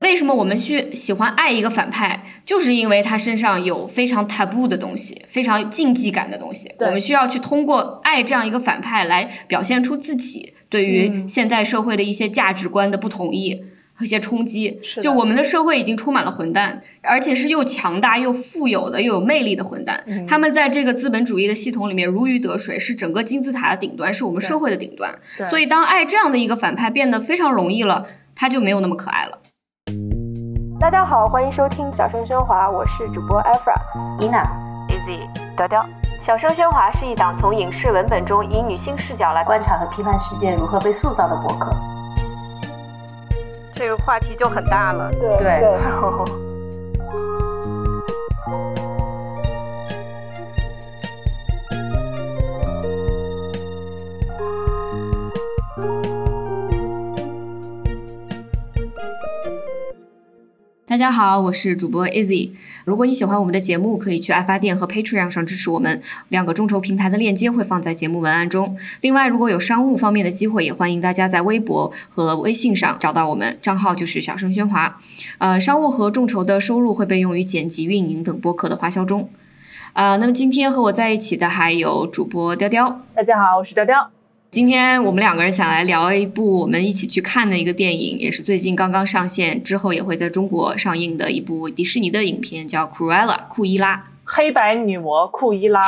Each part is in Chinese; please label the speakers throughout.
Speaker 1: 为什么我们去喜欢爱一个反派，就是因为他身上有非常 taboo 的东西，非常禁忌感的东西。
Speaker 2: 对
Speaker 1: 我们需要去通过爱这样一个反派来表现出自己对
Speaker 2: 嗯
Speaker 1: 于现在社会的一些价值观的不同意。和一些冲击，
Speaker 2: 是的
Speaker 1: 就我们的社会已经充满了混蛋，而且是又强大又富有的又有魅力的混蛋。
Speaker 2: 嗯
Speaker 1: 他们在这个资本主义的系统里面如鱼得水，是整个金字塔的顶端，是我们社会的顶端。
Speaker 2: 对
Speaker 1: 所以，当爱这样的一个反派变得非常容易了，他就没有那么可爱了。
Speaker 3: 大家好，欢迎收听小声喧哗，我是主播 Efra。
Speaker 4: Ina，
Speaker 3: Easy 雕雕。小声喧哗是一档从影视文本中以女性视角来
Speaker 4: 观察和批判世界如何被塑造的博客。
Speaker 3: 这个话题就很大了。对
Speaker 4: 对
Speaker 1: 大家好，我是主播 Izzy。如果你喜欢我们的节目，可以去爱发电和 Patreon 上支持我们，两个众筹平台的链接会放在节目文案中。另外，如果有商务方面的机会，也欢迎大家在微博和微信上找到我们，账号就是小声喧哗。呃，商务和众筹的收入会被用于剪辑、运营等播客的花销中。啊、那么今天和我在一起的还有主播雕雕。
Speaker 2: 大家好，我是雕雕。
Speaker 1: 今天我们两个人想来聊一部我们一起去看的一个电影，也是最近刚刚上线，之后也会在中国上映的一部迪士尼的影片，叫《Cruella》库伊拉，
Speaker 2: 黑白女魔库伊拉，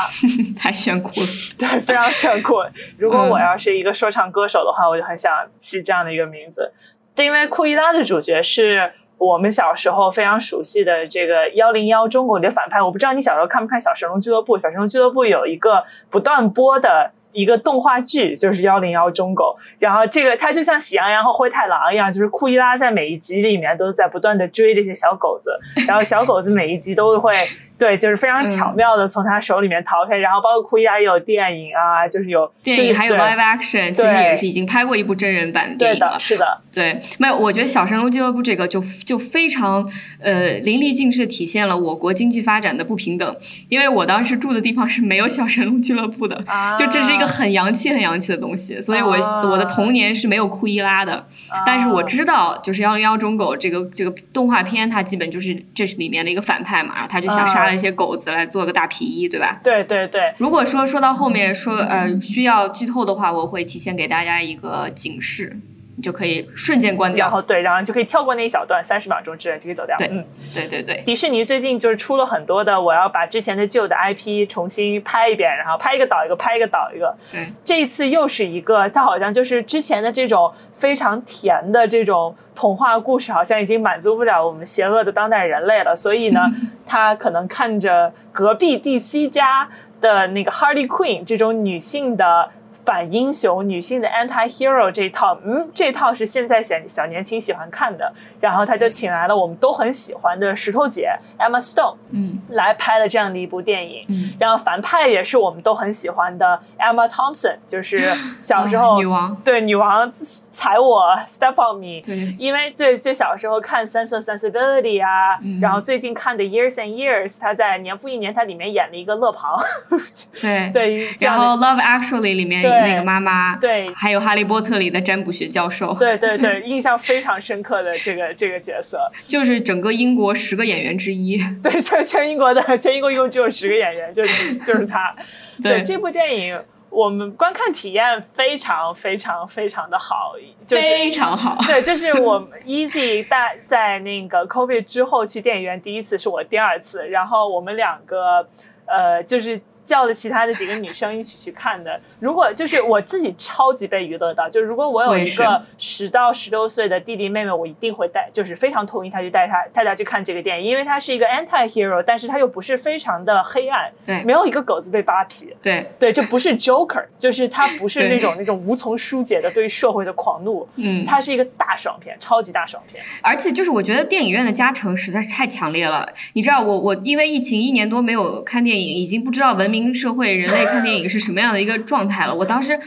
Speaker 1: 太炫酷了。
Speaker 2: 对，非常炫酷。如果
Speaker 1: 嗯
Speaker 2: 我要是一个说唱歌手的话，我就很想起这样的一个名字，对因为库伊拉的主角是我们小时候非常熟悉的这个幺零幺中国的反派。我不知道你小时候看不看《小神龙俱乐部》，《小神龙俱乐部》有一个不断播的。一个动画剧就是幺零幺中狗，然后这个它就像喜羊羊和灰太狼一样，就是库伊拉在每一集里面都在不断的追这些小 狗子，然后小狗子每一集都会对，就是非常巧妙的从他手里面逃开，然后包括库伊拉也有电影啊，就是有
Speaker 1: 电影还有
Speaker 2: 对
Speaker 1: live action，其实也是已经拍过一部真人版的电
Speaker 2: 对
Speaker 1: 影了
Speaker 2: 的，。是的，
Speaker 1: 对，没有，我觉得《小神龙俱乐部》这个就就非常呃淋漓尽致的体现了我国经济发展的不平等，因为我当时住的地方是没有小神龙俱乐部的，
Speaker 2: 啊
Speaker 1: 就这是一个很洋气、很洋气的东西，所以我、
Speaker 2: 啊
Speaker 1: 我的童年是没有库伊拉的，但是我知道就是幺零幺中狗这个这个动画片，它基本就是这是里面的一个反派嘛，然后他就想杀
Speaker 2: 啊
Speaker 1: 了一些狗子来做个大皮衣，对吧？
Speaker 2: 对对对，
Speaker 1: 如果说说到后面说呃需要剧透的话，我会提前给大家一个警示，你就可以瞬间关
Speaker 2: 然
Speaker 1: 掉。
Speaker 2: 后对，然后你就可以跳过那一小段，三十秒钟之内就可以走掉。
Speaker 1: 对
Speaker 2: 嗯，
Speaker 1: 对对对，
Speaker 2: 迪士尼最近就是出了很多的，我要把之前的旧的 IP 重新拍一遍，然后拍一个倒一个，拍一个倒一个。
Speaker 1: 对，
Speaker 2: 这一次又是一个，它好像就是之前的这种非常甜的这种童话故事，好像已经满足不了我们邪恶的当代人类了。所以呢，他可能看着隔壁第七家的那个 Harley Quinn 这种女性的。反英雄、女性的 anti-hero 这一套，嗯，这套是现在小小年轻喜欢看的。然后他就请来了我们都很喜欢的石头姐 Emma Stone
Speaker 1: 嗯
Speaker 2: 来拍了这样的一部电影。
Speaker 1: 嗯，
Speaker 2: 然后反派也是我们都很喜欢的 Emma Thompson，就是 小时候、
Speaker 1: 啊女王，
Speaker 2: 对女王踩我 Step on me，
Speaker 1: 对
Speaker 2: 因为最最小时候看《Sense of Sensibility》啊，
Speaker 1: 嗯
Speaker 2: 然后最近看的《Years and Years》，他在年复一年，它里面演了一个 乐庞，
Speaker 1: 对。
Speaker 2: 对，这
Speaker 1: 然
Speaker 2: 样的
Speaker 1: 后《Love Actually》里面
Speaker 2: 对
Speaker 1: 那个妈妈，
Speaker 2: 对
Speaker 1: 还有《哈利波特》里的占卜学教授，，
Speaker 2: 对对对，印象非常深刻的这个这个角色，
Speaker 1: 就是整个英国十个演员之一。
Speaker 2: 对，全全英国的 全英国一共只有十个演 员，就是就是他。对
Speaker 1: 对
Speaker 2: 这部电影，我们观看体验非常非常非常的好，就是。
Speaker 1: 非常好。
Speaker 2: 对，就是我们 Easy 大在那个 COVID 之后去电影院第一次，是我第二次。然后我们两个，呃，就是叫了其他的几个女生一起去看的。如果就是我自己超级被娱乐到，就如果我有
Speaker 1: 我也
Speaker 2: 一
Speaker 1: 是
Speaker 2: 个十到十六岁的弟弟妹妹，我一定会带，就是非常同意他去带他带他去看这个电影，因为他是一个 anti hero，但是他又不是非常的黑暗，
Speaker 1: 对
Speaker 2: 没有一个狗子被扒皮，
Speaker 1: 对，
Speaker 2: 对，就不是 Joker，就是他不是
Speaker 1: 对
Speaker 2: 那种那种无从疏解的对社会的狂 怒，
Speaker 1: 嗯
Speaker 2: 它是一个大爽片，超级大爽片。
Speaker 1: 而且就是我觉得电影院的加成实在是太强烈了。你知道我我因为疫情一年多没有看电影，已经不知道文明社会人类看电影是什么样的一个状态了。我当时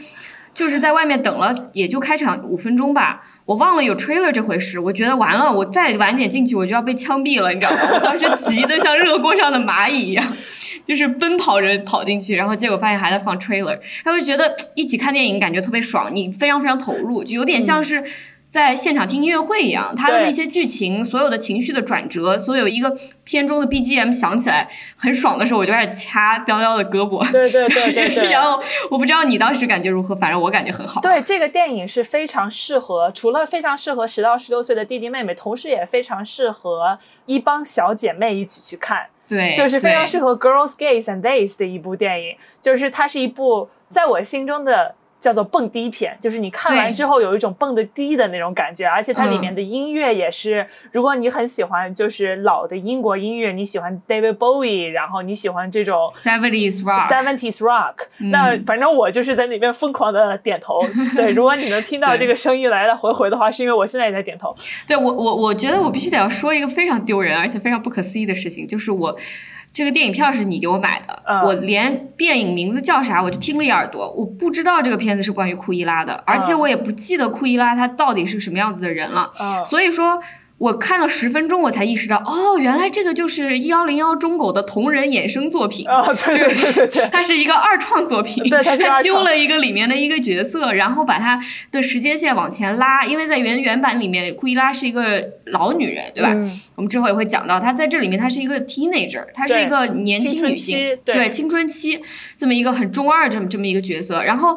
Speaker 1: 就是在外面等了，也就开场五分钟吧，我忘了有 trailer 这回事。我觉得完了，我再晚点进去我就要被枪毙了，你知道吗？我当时急得像热锅上的蚂蚁一样。就是奔跑着跑进去，然后结果发现还在放 trailer，他会觉得一起看电影感觉特别爽，你非常非常投入，就有点像是。在现场听音乐会一样，他的
Speaker 2: 嗯对
Speaker 1: 那些剧情、所有的情绪的转折，所有一个片中的 BGM 响起来很爽的时候，我就开始掐雕雕的胳膊。
Speaker 2: 对对对对 对。
Speaker 1: 然后我不知道你当时感觉如何，反正我感觉很好。
Speaker 2: 对这个电影是非常适合，除了非常适合十到十六岁的弟弟妹妹，同时也非常适合一帮小姐妹一起去看，
Speaker 1: 对，
Speaker 2: 就是非常适
Speaker 1: 合。
Speaker 2: 合 girls, gays and days 的一部电影。就是它是一部在我心中的叫做蹦迪片，就是你看完
Speaker 1: 对
Speaker 2: 之后有一种蹦的低的那种感觉，而且它里
Speaker 1: 嗯
Speaker 2: 面的音乐也是，如果你很喜欢就是老的英国音乐，你喜欢 David Bowie，然后你喜欢这种
Speaker 1: Seventies rock，嗯
Speaker 2: seventies rock，、那反正我就是在那边疯狂的点 头。对，如果你能听到
Speaker 1: 对
Speaker 2: 这个声音来来回回的话，是因为我现在也在点头。
Speaker 1: 对我我我觉得我必须得要说一个非常丢人而且非常不可思议的事情，就是我这个电影票是你给我买的，
Speaker 2: 嗯
Speaker 1: 我连电影名字叫啥我就听了一耳朵，我不知道这个片子是关于库伊拉的，而且我也不记得库伊拉他到底是什么样子的人了，
Speaker 2: 嗯，
Speaker 1: 所以说。我看了十分钟，我才意识到，哦，原来这个就是幺零幺中狗的同人衍生作品。
Speaker 2: 啊、对对对对 对，
Speaker 1: 它是一个二创作品，
Speaker 2: 对它是个
Speaker 1: 它
Speaker 2: 二创
Speaker 1: 丢了一个里面的一个角色，然后把它的时间线往前拉，因为在原原版里面，库伊拉是一个老女人，对吧？
Speaker 2: 嗯
Speaker 1: 我们之后也会讲到，她在这里面她是一个 teenager，她是一个年
Speaker 2: 青
Speaker 1: 轻
Speaker 2: 春
Speaker 1: 女性，
Speaker 2: 期
Speaker 1: 对
Speaker 2: 对
Speaker 1: 青春期这么一个很中二这么这么一个角色，然后。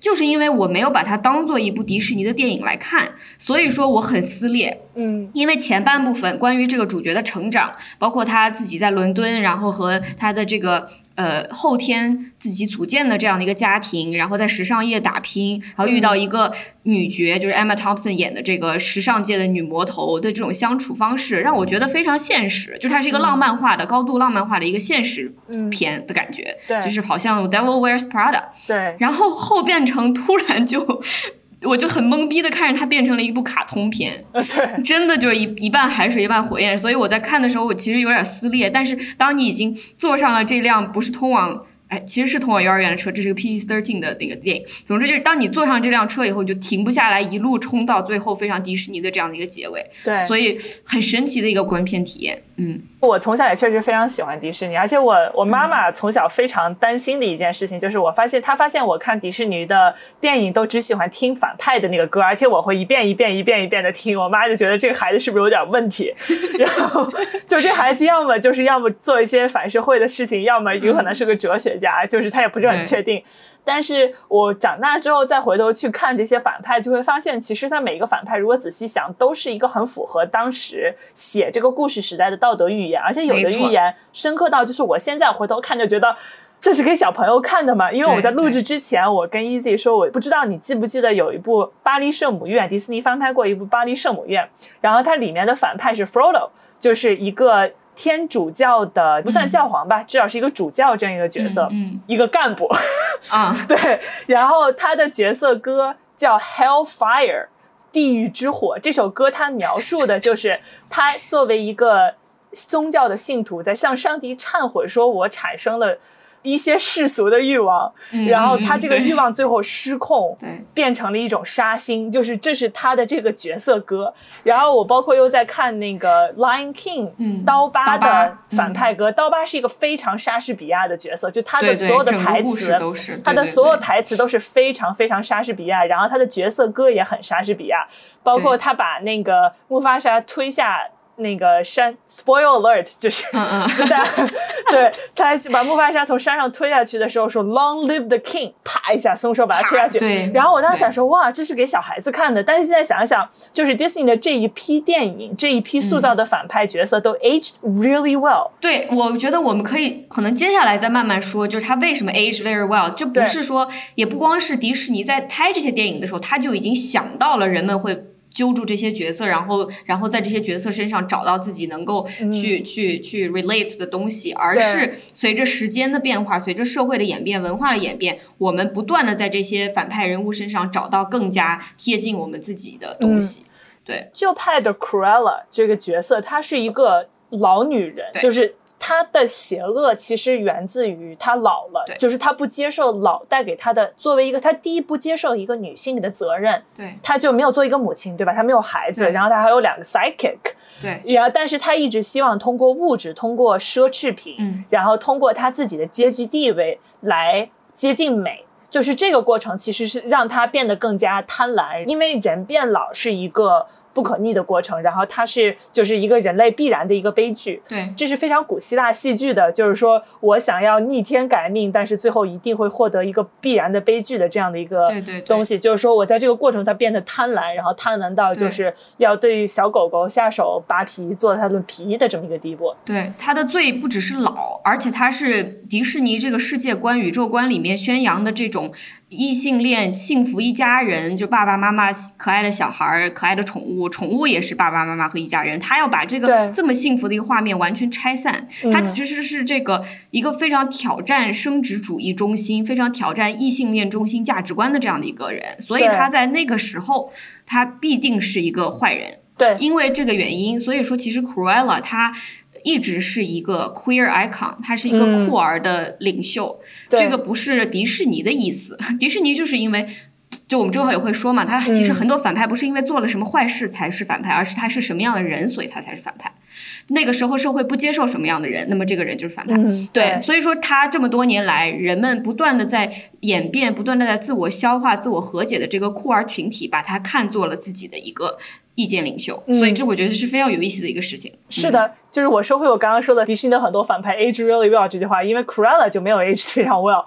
Speaker 1: 就是因为我没有把它当做一部迪士尼的电影来看，所以说我很撕裂。
Speaker 2: 嗯
Speaker 1: 因为前半部分关于这个主角的成长，包括他自己在伦敦，然后和他的这个呃后天自己组建的这样的一个家庭，然后在时尚业打拼，然后遇到一个女角，就是 Emma Thompson 演的这个时尚界的女魔头的这种相处方式，让我觉得非常现实，就它是一个浪漫化的、高度浪漫化的一个现实
Speaker 2: 嗯，
Speaker 1: 片的感觉，
Speaker 2: 对
Speaker 1: 就是好像 Devil Wears Prada，
Speaker 2: 对
Speaker 1: 然后后变成突然就。我就很懵逼的看着它变成了一部卡通片，
Speaker 2: 呃对
Speaker 1: 真的就是一一半海水一半火焰，所以我在看的时候，我其实有点撕裂。但是当你已经坐上了这辆不是通往，哎，其实是通往幼儿园的车，这是个 PG thirteen 的那个电影。总之就是当你坐上这辆车以后，你就停不下来，一路冲到最后非常迪士尼的这样的一个结尾，
Speaker 2: 对，
Speaker 1: 所以很神奇的一个观片体验。嗯，
Speaker 2: 我从小也确实非常喜欢迪士尼，而且我我妈妈从小非常担心的一件事情就是，我发现她发现我看迪士尼的电影都只喜欢听反派的那个歌，而且我会一遍一遍一遍一遍的听，我妈就觉得这个孩子是不是有点问题？然后就这孩子要么就是要么做一些反社会的事情，要么有可能是个哲学家，就是他也不是很
Speaker 1: 对
Speaker 2: 确定。但是我长大之后再回头去看这些反派，就会发现，其实他每一个反派，如果仔细想，都是一个很符合当时写这个故事时代的道德预言，而且有
Speaker 1: 没
Speaker 2: 的
Speaker 1: 错
Speaker 2: 预言深刻到，就是我现在回头看就觉得。这是给小朋友看的嘛？因为我在
Speaker 1: 对
Speaker 2: 录制之前，我跟 Easy 说，我不知道你记不记得有一部《巴黎圣母院》，迪士尼翻拍过一部《巴黎圣母院》，然后它里面的反派是 Frodo，就是一个天主教的，不算教皇吧，至少是一个主教这样一个角色，
Speaker 1: 嗯
Speaker 2: 一个干部。
Speaker 1: 嗯啊，
Speaker 2: 对， 然后他的角色歌叫《Hellfire》，地狱之火。这首歌他描述的就是他作为一个宗教的信徒，在向上帝忏悔，说我产生了一些世俗的欲望，
Speaker 1: 嗯
Speaker 2: 然后他这个
Speaker 1: 嗯嗯
Speaker 2: 欲望最后失控，
Speaker 1: 对对
Speaker 2: 变成了一种杀心，就是这是他的这个角色歌。然后我包括又在看那个《Lion King》
Speaker 1: 嗯
Speaker 2: 刀疤
Speaker 1: 刀疤嗯
Speaker 2: 的反派歌，刀疤是一个非常莎士比亚的角色，就他
Speaker 1: 对
Speaker 2: 的
Speaker 1: 对，
Speaker 2: 所有的
Speaker 1: 整
Speaker 2: 台
Speaker 1: 个
Speaker 2: 词
Speaker 1: 故事都是
Speaker 2: 他的所有
Speaker 1: 对对
Speaker 2: 台词都是非常非常莎士比亚，然后他的角色歌也很莎士比亚，包括
Speaker 1: 对
Speaker 2: 他把那个木发沙推下那个山，spoil alert 就是。
Speaker 1: 嗯嗯，
Speaker 2: 但 对他把木发沙从山上推下去的时候说 “Long live the king”，啪一下松手把他推下去。
Speaker 1: 对
Speaker 2: 然后我当时想说，哇，这是给小孩子看的。但是现在想一想，就是 Disney 的这一批电影，这一批塑造的反派角色都 aged really well。
Speaker 1: 对，我觉得我们可以可能接下来再慢慢说，就是它为什么 age very well，这不
Speaker 2: 对
Speaker 1: 是说也不光是迪士尼在拍这些电影的时候，他就已经想到了人们会。揪住这些角色，然后，然后在这些角色身上找到自己能够去、去去 relate 的东西，而
Speaker 2: 嗯对
Speaker 1: 是随着时间的变化，随着社会的演变、文化的演变，我们不断的在这些反派人物身上找到更加贴近我们自己的东
Speaker 2: 嗯
Speaker 1: 西。对，
Speaker 2: 就派的 Cruella 这个角色，她是一个老女人，
Speaker 1: 对
Speaker 2: 就是她的邪恶其实源自于她老了
Speaker 1: 对，
Speaker 2: 就是她不接受老带给她的作为一个她第一不接受一个女性的责任，
Speaker 1: 对，
Speaker 2: 她就没有做一个母亲，对吧？她没有孩子，
Speaker 1: 对
Speaker 2: 然后她还有两个 sidekick，
Speaker 1: 对，
Speaker 2: 然后但是她一直希望通过物质，通过奢侈品，
Speaker 1: 嗯
Speaker 2: 然后通过她自己的阶级地位来接近美。就是这个过程其实是让他变得更加贪婪，因为人变老是一个不可逆的过程，然后它是就是一个人类必然的一个悲剧。
Speaker 1: 对，
Speaker 2: 这是非常古希腊戏剧的，就是说我想要逆天改命，但是最后一定会获得一个必然的悲剧的这样的一个
Speaker 1: 对对对
Speaker 2: 东西。就是说我在这个过程中它变得贪婪，然后贪婪到
Speaker 1: 对
Speaker 2: 就是要对于小狗狗下手扒皮，做它的皮衣的这么一个地步。
Speaker 1: 对，他的罪不只是老，而且他是迪士尼这个世界观、宇宙观里面宣扬的这种异性恋、幸福一家人，就爸爸妈妈、可爱的小孩儿、可爱的宠物，宠物也是爸爸妈妈和一家人。他要把这个
Speaker 2: 对嗯
Speaker 1: 这么幸福的一个画面完全拆散，他其实是这个一个非常挑战生殖主义中心、非常挑战异性恋中心价值观的这样的一个人，所以
Speaker 2: 对
Speaker 1: 他在那个时候，他必定是一个坏人。
Speaker 2: 对，
Speaker 1: 因为这个原因，所以说其实 Cruella 她一直是一个 queer icon，她是一个
Speaker 2: 嗯
Speaker 1: 酷儿的领袖。
Speaker 2: 对
Speaker 1: 这个不是迪士尼的意思， 迪士尼就是因为。就我们之后也会说嘛，他其实
Speaker 2: 嗯
Speaker 1: 很多反派不是因为做了什么坏事才是反派，而是他是什么样的人，所以他才是反派。那个时候社会不接受什么样的人，那么这个人就是反派。
Speaker 2: 嗯，
Speaker 1: 对，所以说他这么多年来，人们不断的在演变，不断的在自我消化、自我和解的这个酷儿群体，把他看作了自己的一个意见领袖，所以这我觉得是非常有意思的一个事情。
Speaker 2: 嗯是的，就是我收回我刚刚说的迪士尼的很多反派 age really well 这句话，因为 Cruella 就没有 age 非常 well。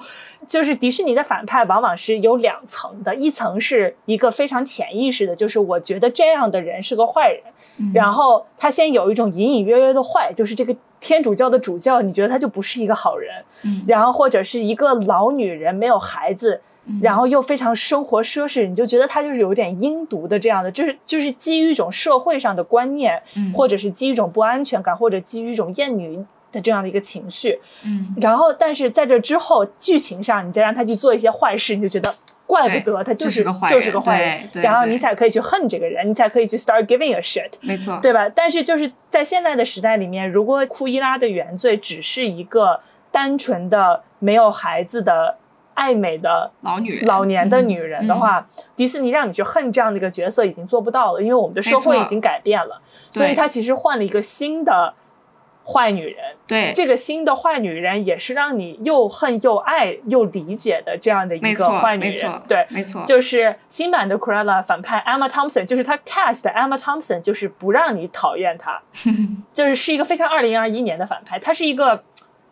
Speaker 2: 就是迪士尼的反派往往是有两层的，一层是一个非常潜意识的，就是我觉得这样的人是个坏人，然后他先有一种隐隐约约的坏，就是这个天主教的主教，你觉得他就不是一个好人，
Speaker 1: 嗯
Speaker 2: 然后或者是一个老女人没有孩子，然后又非常生活奢侈，你就觉得她就是有点阴毒的这样的，就是就是基于一种社会上的观念，
Speaker 1: 嗯
Speaker 2: 或者是基于一种不安全感，或者基于一种厌女的这样的一个情绪。
Speaker 1: 嗯，
Speaker 2: 然后，但是在这之后，剧情上你再让她去做一些坏事，你就觉得。怪不得她
Speaker 1: 就是是个坏
Speaker 2: 就是
Speaker 1: 人
Speaker 2: 个坏人
Speaker 1: 对，对
Speaker 2: 然后
Speaker 1: 对
Speaker 2: 你才可以去恨这个人，你才可以去 start giving a shit。
Speaker 1: 没错，
Speaker 2: 对吧？但是就是在现在的时代里面，如果库伊拉的原罪只是一个单纯的没有孩子的爱美的
Speaker 1: 老女人，
Speaker 2: 老年的女人的
Speaker 1: 嗯
Speaker 2: 话，迪士尼让你去恨这样的一个角色已经做不到了，因为我们的社会
Speaker 1: 没错
Speaker 2: 已经改变了，所以
Speaker 1: 对
Speaker 2: 他其实换了一个新的坏女人。
Speaker 1: 嗯对，
Speaker 2: 这个新的坏女人也是让你又恨又爱又理解的这样的一
Speaker 1: 没
Speaker 2: 个
Speaker 1: 错，
Speaker 2: 坏女
Speaker 1: 没
Speaker 2: 人
Speaker 1: 错，，
Speaker 2: 对，
Speaker 1: 没错，
Speaker 2: 就是新版的 Cruella 反派 Emma Thompson，就是她 cast Emma Thompson，就是不让你讨 厌她，就是是一个非常二零二一年的反派，她是一个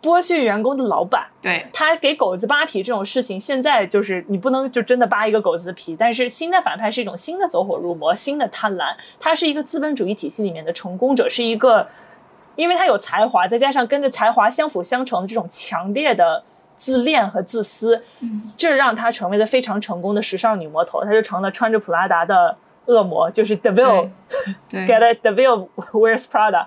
Speaker 2: 剥削员工的老板。
Speaker 1: 对，
Speaker 2: 他给狗子扒皮这种事情，现在就是你不能就真的扒一个狗子的皮，但是新的反派是一种新的走火入魔、新的贪婪，他是一个资本主义体系里面的成功者，是一个，因为他有才华，再加上跟着才华相辅相成的这种强烈的自恋和自私，
Speaker 1: 嗯
Speaker 2: 这让他成为了非常成功的时尚女魔头，她就成了穿着普拉达的恶魔，就是
Speaker 1: 对
Speaker 2: Devil，
Speaker 1: 对
Speaker 2: get it, the veil wears Prada。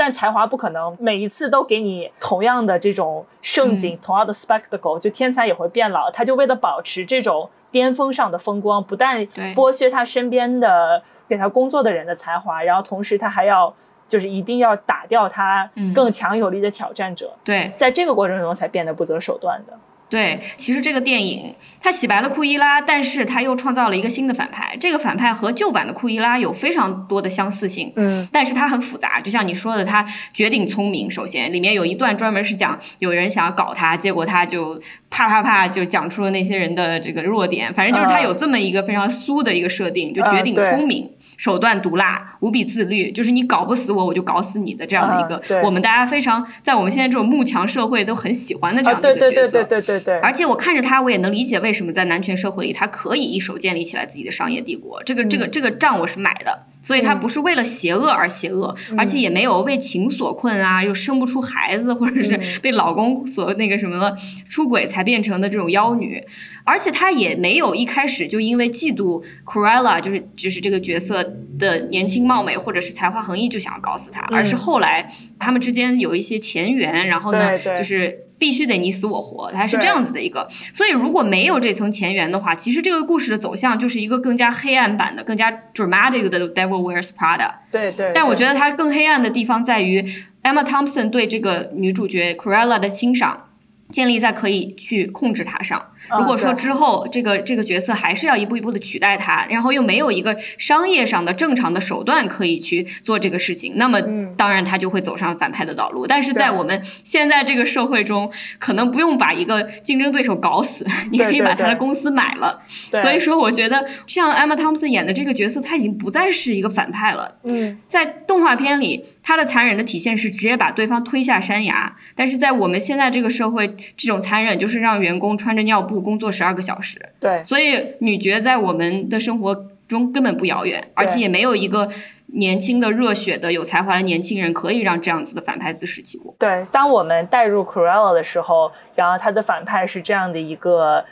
Speaker 2: 但才华不可能每一次都给你同样的这种盛景、
Speaker 1: 嗯
Speaker 2: 同样的 spectacle，就天才也会变老。他就为了保持这种巅峰上的风光，不但
Speaker 1: 对
Speaker 2: 剥削他身边的给他工作的人的才华，然后同时他还要就是一定要打掉他
Speaker 1: 嗯
Speaker 2: 更强有力的挑战者，
Speaker 1: 对，
Speaker 2: 在这个过程中才变得不择手段的。
Speaker 1: 对，其实这个电影它洗白了库伊拉，但是它又创造了一个新的反派。这个反派和旧版的库伊拉有非常多的相似性，
Speaker 2: 嗯，
Speaker 1: 但是它很复杂。就像你说的，他绝顶聪明。首先，里面有一段专门是讲有人想要搞他，结果他就啪啪啪就讲出了那些人的这个弱点。反正就是他
Speaker 2: 啊
Speaker 1: 有这么一个非常酥的一个设定，就绝
Speaker 2: 啊
Speaker 1: 顶
Speaker 2: 对
Speaker 1: 聪明，手段毒辣，无比自律，就是你搞不死我，我就搞死你的这样的一个，
Speaker 2: 啊对
Speaker 1: 我们大家非常在我们现在这种幕墙社会都很喜欢的这
Speaker 2: 啊，
Speaker 1: 样的
Speaker 2: 对
Speaker 1: 一个角色。
Speaker 2: 对对对对对对，
Speaker 1: 而且我看着他，我也能理解为什么在男权社会里，他可以一手建立起来自己的商业帝国。这个这个
Speaker 2: 嗯
Speaker 1: 这个账我是买的，所以他不是为了邪恶而邪恶，
Speaker 2: 嗯
Speaker 1: 而且也没有为情所困啊，又生不出孩子，或者
Speaker 2: 嗯
Speaker 1: 是被老公所那个什么了出轨才变成的这种妖女。而且她也没有一开始就因为嫉妒 Cruella，就是就是这个角色的年轻貌美或者是才华横溢就想要搞死她，而是后来他们之间有一些前缘，然后呢，
Speaker 2: 嗯对对
Speaker 1: 就是必须得你死我活，她是
Speaker 2: 对
Speaker 1: 这样子的一个。所以如果没有这层前缘的话，其实这个故事的走向就是一个更加黑暗版的、更加 dramatic 的 Devil Wears Prada。
Speaker 2: 对对，
Speaker 1: 但我觉
Speaker 2: 得
Speaker 1: 得它更黑暗的地方在于 Emma Thompson 对这个女主角 Cruella 的欣赏。建立在可以去控制它上。如果说
Speaker 2: 嗯对
Speaker 1: 之后这个这个角色还是要一步一步的取代它，然后又没有一个商业上的正常的手段可以去做这个事情，那么
Speaker 2: 嗯
Speaker 1: 当然他就会走上反派的道路。但是在
Speaker 2: 对
Speaker 1: 我们现在这个社会中，可能不用把一个竞争对手搞死，你可以
Speaker 2: 对
Speaker 1: 把他的
Speaker 2: 对
Speaker 1: 公司买了。
Speaker 2: 对
Speaker 1: 所以说，我觉得像 Emma Thompson 演的这个角色，他已经不再是一个反派了。
Speaker 2: 嗯，
Speaker 1: 在动画片里，他的残忍的体现是直接把对方推下山崖，但是在我们现在这个社会，这种残忍就是让员工穿着尿布工作十二个小时。
Speaker 2: 对
Speaker 1: 所以女爵在我们的生活中根本不遥远，而且也没有一个年轻的、热血的、有才华的年轻人可以让这样子的反派自食其果。
Speaker 2: 对。当我们带入 Cruella 的时候，然后他的反派是这样的一个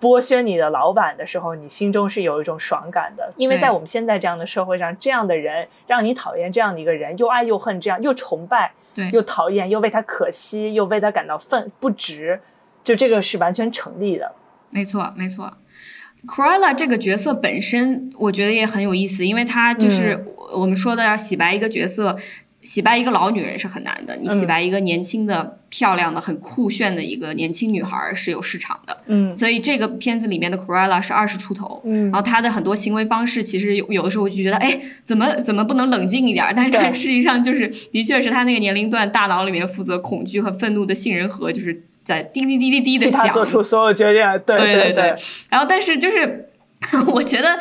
Speaker 2: 剥削你的老板的时候，你心中是有一种爽感的，因为
Speaker 1: 对
Speaker 2: 在我们现在这样的社会上，这样的人让你讨厌这样的一个人，又爱又恨，这样又崇拜
Speaker 1: 对
Speaker 2: 又讨厌，又为他可惜，又为他感到愤不值，就这个是完全成立的。
Speaker 1: 没错，没错。Cruella 这个角色本身，我觉得也很有意思，因为她
Speaker 2: 嗯
Speaker 1: 就是我我们说的要洗白一个角色，洗白一个老女人是很难的，你
Speaker 2: 嗯
Speaker 1: 洗白一个年轻的、漂亮的、很酷炫的一个年轻女孩儿是有市场的。
Speaker 2: 嗯
Speaker 1: 所以这个片子里面的 Cruella 是二十出头，
Speaker 2: 嗯
Speaker 1: 然后她的很多行为方式，其实有有的时候我就觉得，哎，怎么怎么不能冷静一点儿？但是
Speaker 2: 对
Speaker 1: 事实上就是，的确是她那个年龄段大脑里面负责恐惧和愤怒的杏仁核，就是在滴滴滴滴滴的
Speaker 2: 替他
Speaker 1: 响。
Speaker 2: 做出所有决定，对
Speaker 1: 对
Speaker 2: 对
Speaker 1: 对对然后，但是就是 我觉得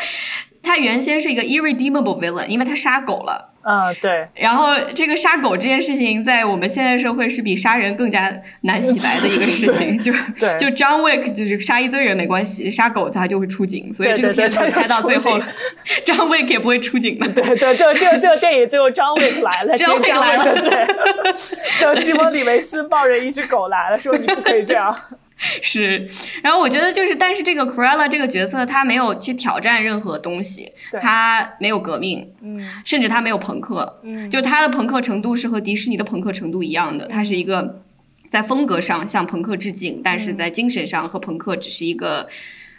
Speaker 1: 他原先是一个 irredeemable villain，因为他杀狗了。
Speaker 2: 嗯，对，
Speaker 1: 然后这个杀狗这件事情，在我们现在社会是比杀人更加难洗白的一个事情。就
Speaker 2: 对
Speaker 1: 就 John Wick 就是杀一堆人没关系，杀狗他就会出警，所以
Speaker 2: 对
Speaker 1: 这个
Speaker 2: 对
Speaker 1: 片
Speaker 2: 对
Speaker 1: 子
Speaker 2: 他就
Speaker 1: 拍到
Speaker 2: 出
Speaker 1: 最后
Speaker 2: 警
Speaker 1: 了 ，John Wick 也不会出警的。
Speaker 2: 对 对，就就就电影最后张伟来了，
Speaker 1: 张伟
Speaker 2: 其实张
Speaker 1: 来了
Speaker 2: 伟对，就吉莫里维斯抱着一只狗来了，说你不可以 这样，
Speaker 1: 是，然后我觉得就是，但是这个 Cruella 这个角色，她没有去挑战任何东西，
Speaker 2: 对
Speaker 1: 她没有革命，
Speaker 2: 嗯，
Speaker 1: 甚至她没有朋克，
Speaker 2: 嗯
Speaker 1: 就她的朋克程度是和迪士尼的朋克程度一样的，她是一个在风格上向朋克致敬，但
Speaker 2: 嗯
Speaker 1: 是在精神上和朋克只是一个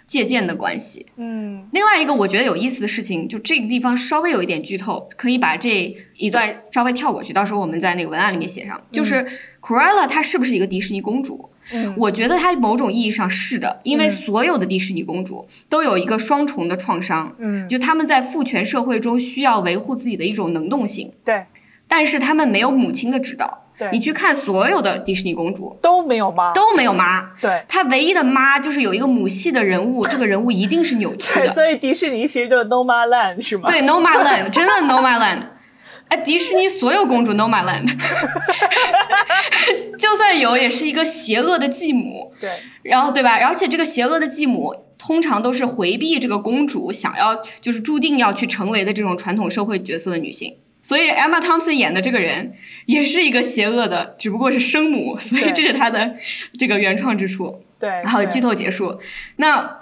Speaker 1: 借鉴的关系。
Speaker 2: 嗯
Speaker 1: 另外一个我觉得有意思的事情，就这个地方稍微有一点剧透，可以把这一段稍微跳过去，到时候我们在那个文案里面写上。就是 Cruella 她是不是一个迪士尼公主？
Speaker 2: 嗯
Speaker 1: 我觉得她某种意义上是的，因为
Speaker 2: 嗯
Speaker 1: 所有的迪士尼公主都有一个双重的创伤，
Speaker 2: 嗯，
Speaker 1: 就她们在父权社会中需要维护自己的一种能动性，
Speaker 2: 对
Speaker 1: 但是她们没有母亲的指导。
Speaker 2: 对，
Speaker 1: 你去看所有的迪士尼公主
Speaker 2: 都没有吗？
Speaker 1: 都没有妈，
Speaker 2: 对
Speaker 1: 她唯一的妈就是有一个母系的人物，这个人物一定是扭曲
Speaker 2: 对，
Speaker 1: 的。
Speaker 2: 所以迪士尼其实就是 No Man Land 是吗？
Speaker 1: 对，No My Land，真的 No My Land。哎，迪士尼所有公主 No My Land，就算有，也是一个邪恶的继母，
Speaker 2: 对
Speaker 1: 然后对吧？而且这个邪恶的继母通常都是回避这个公主想要就是注定要去成为的这种传统社会角色的女性。所以 Emma Thompson 演的这个人也是一个邪恶的，只不过是生母，所以
Speaker 2: 对
Speaker 1: 这是她的这个原创之处。
Speaker 2: 对，然
Speaker 1: 然后剧透结束。那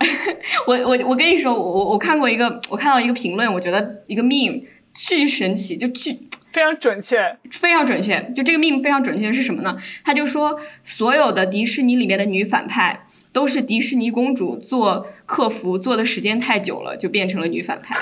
Speaker 1: 我我我跟你说，我我我看过一个，我看到一个评论，我觉得一个 meme 巨神奇，就巨
Speaker 2: 非常准确，
Speaker 1: 非常准确。就这个 meme 非常准确是什么呢？他就说所有的迪士尼里面的女反派。都是迪士尼公主做客服做的时间太久了，就变成了女反派，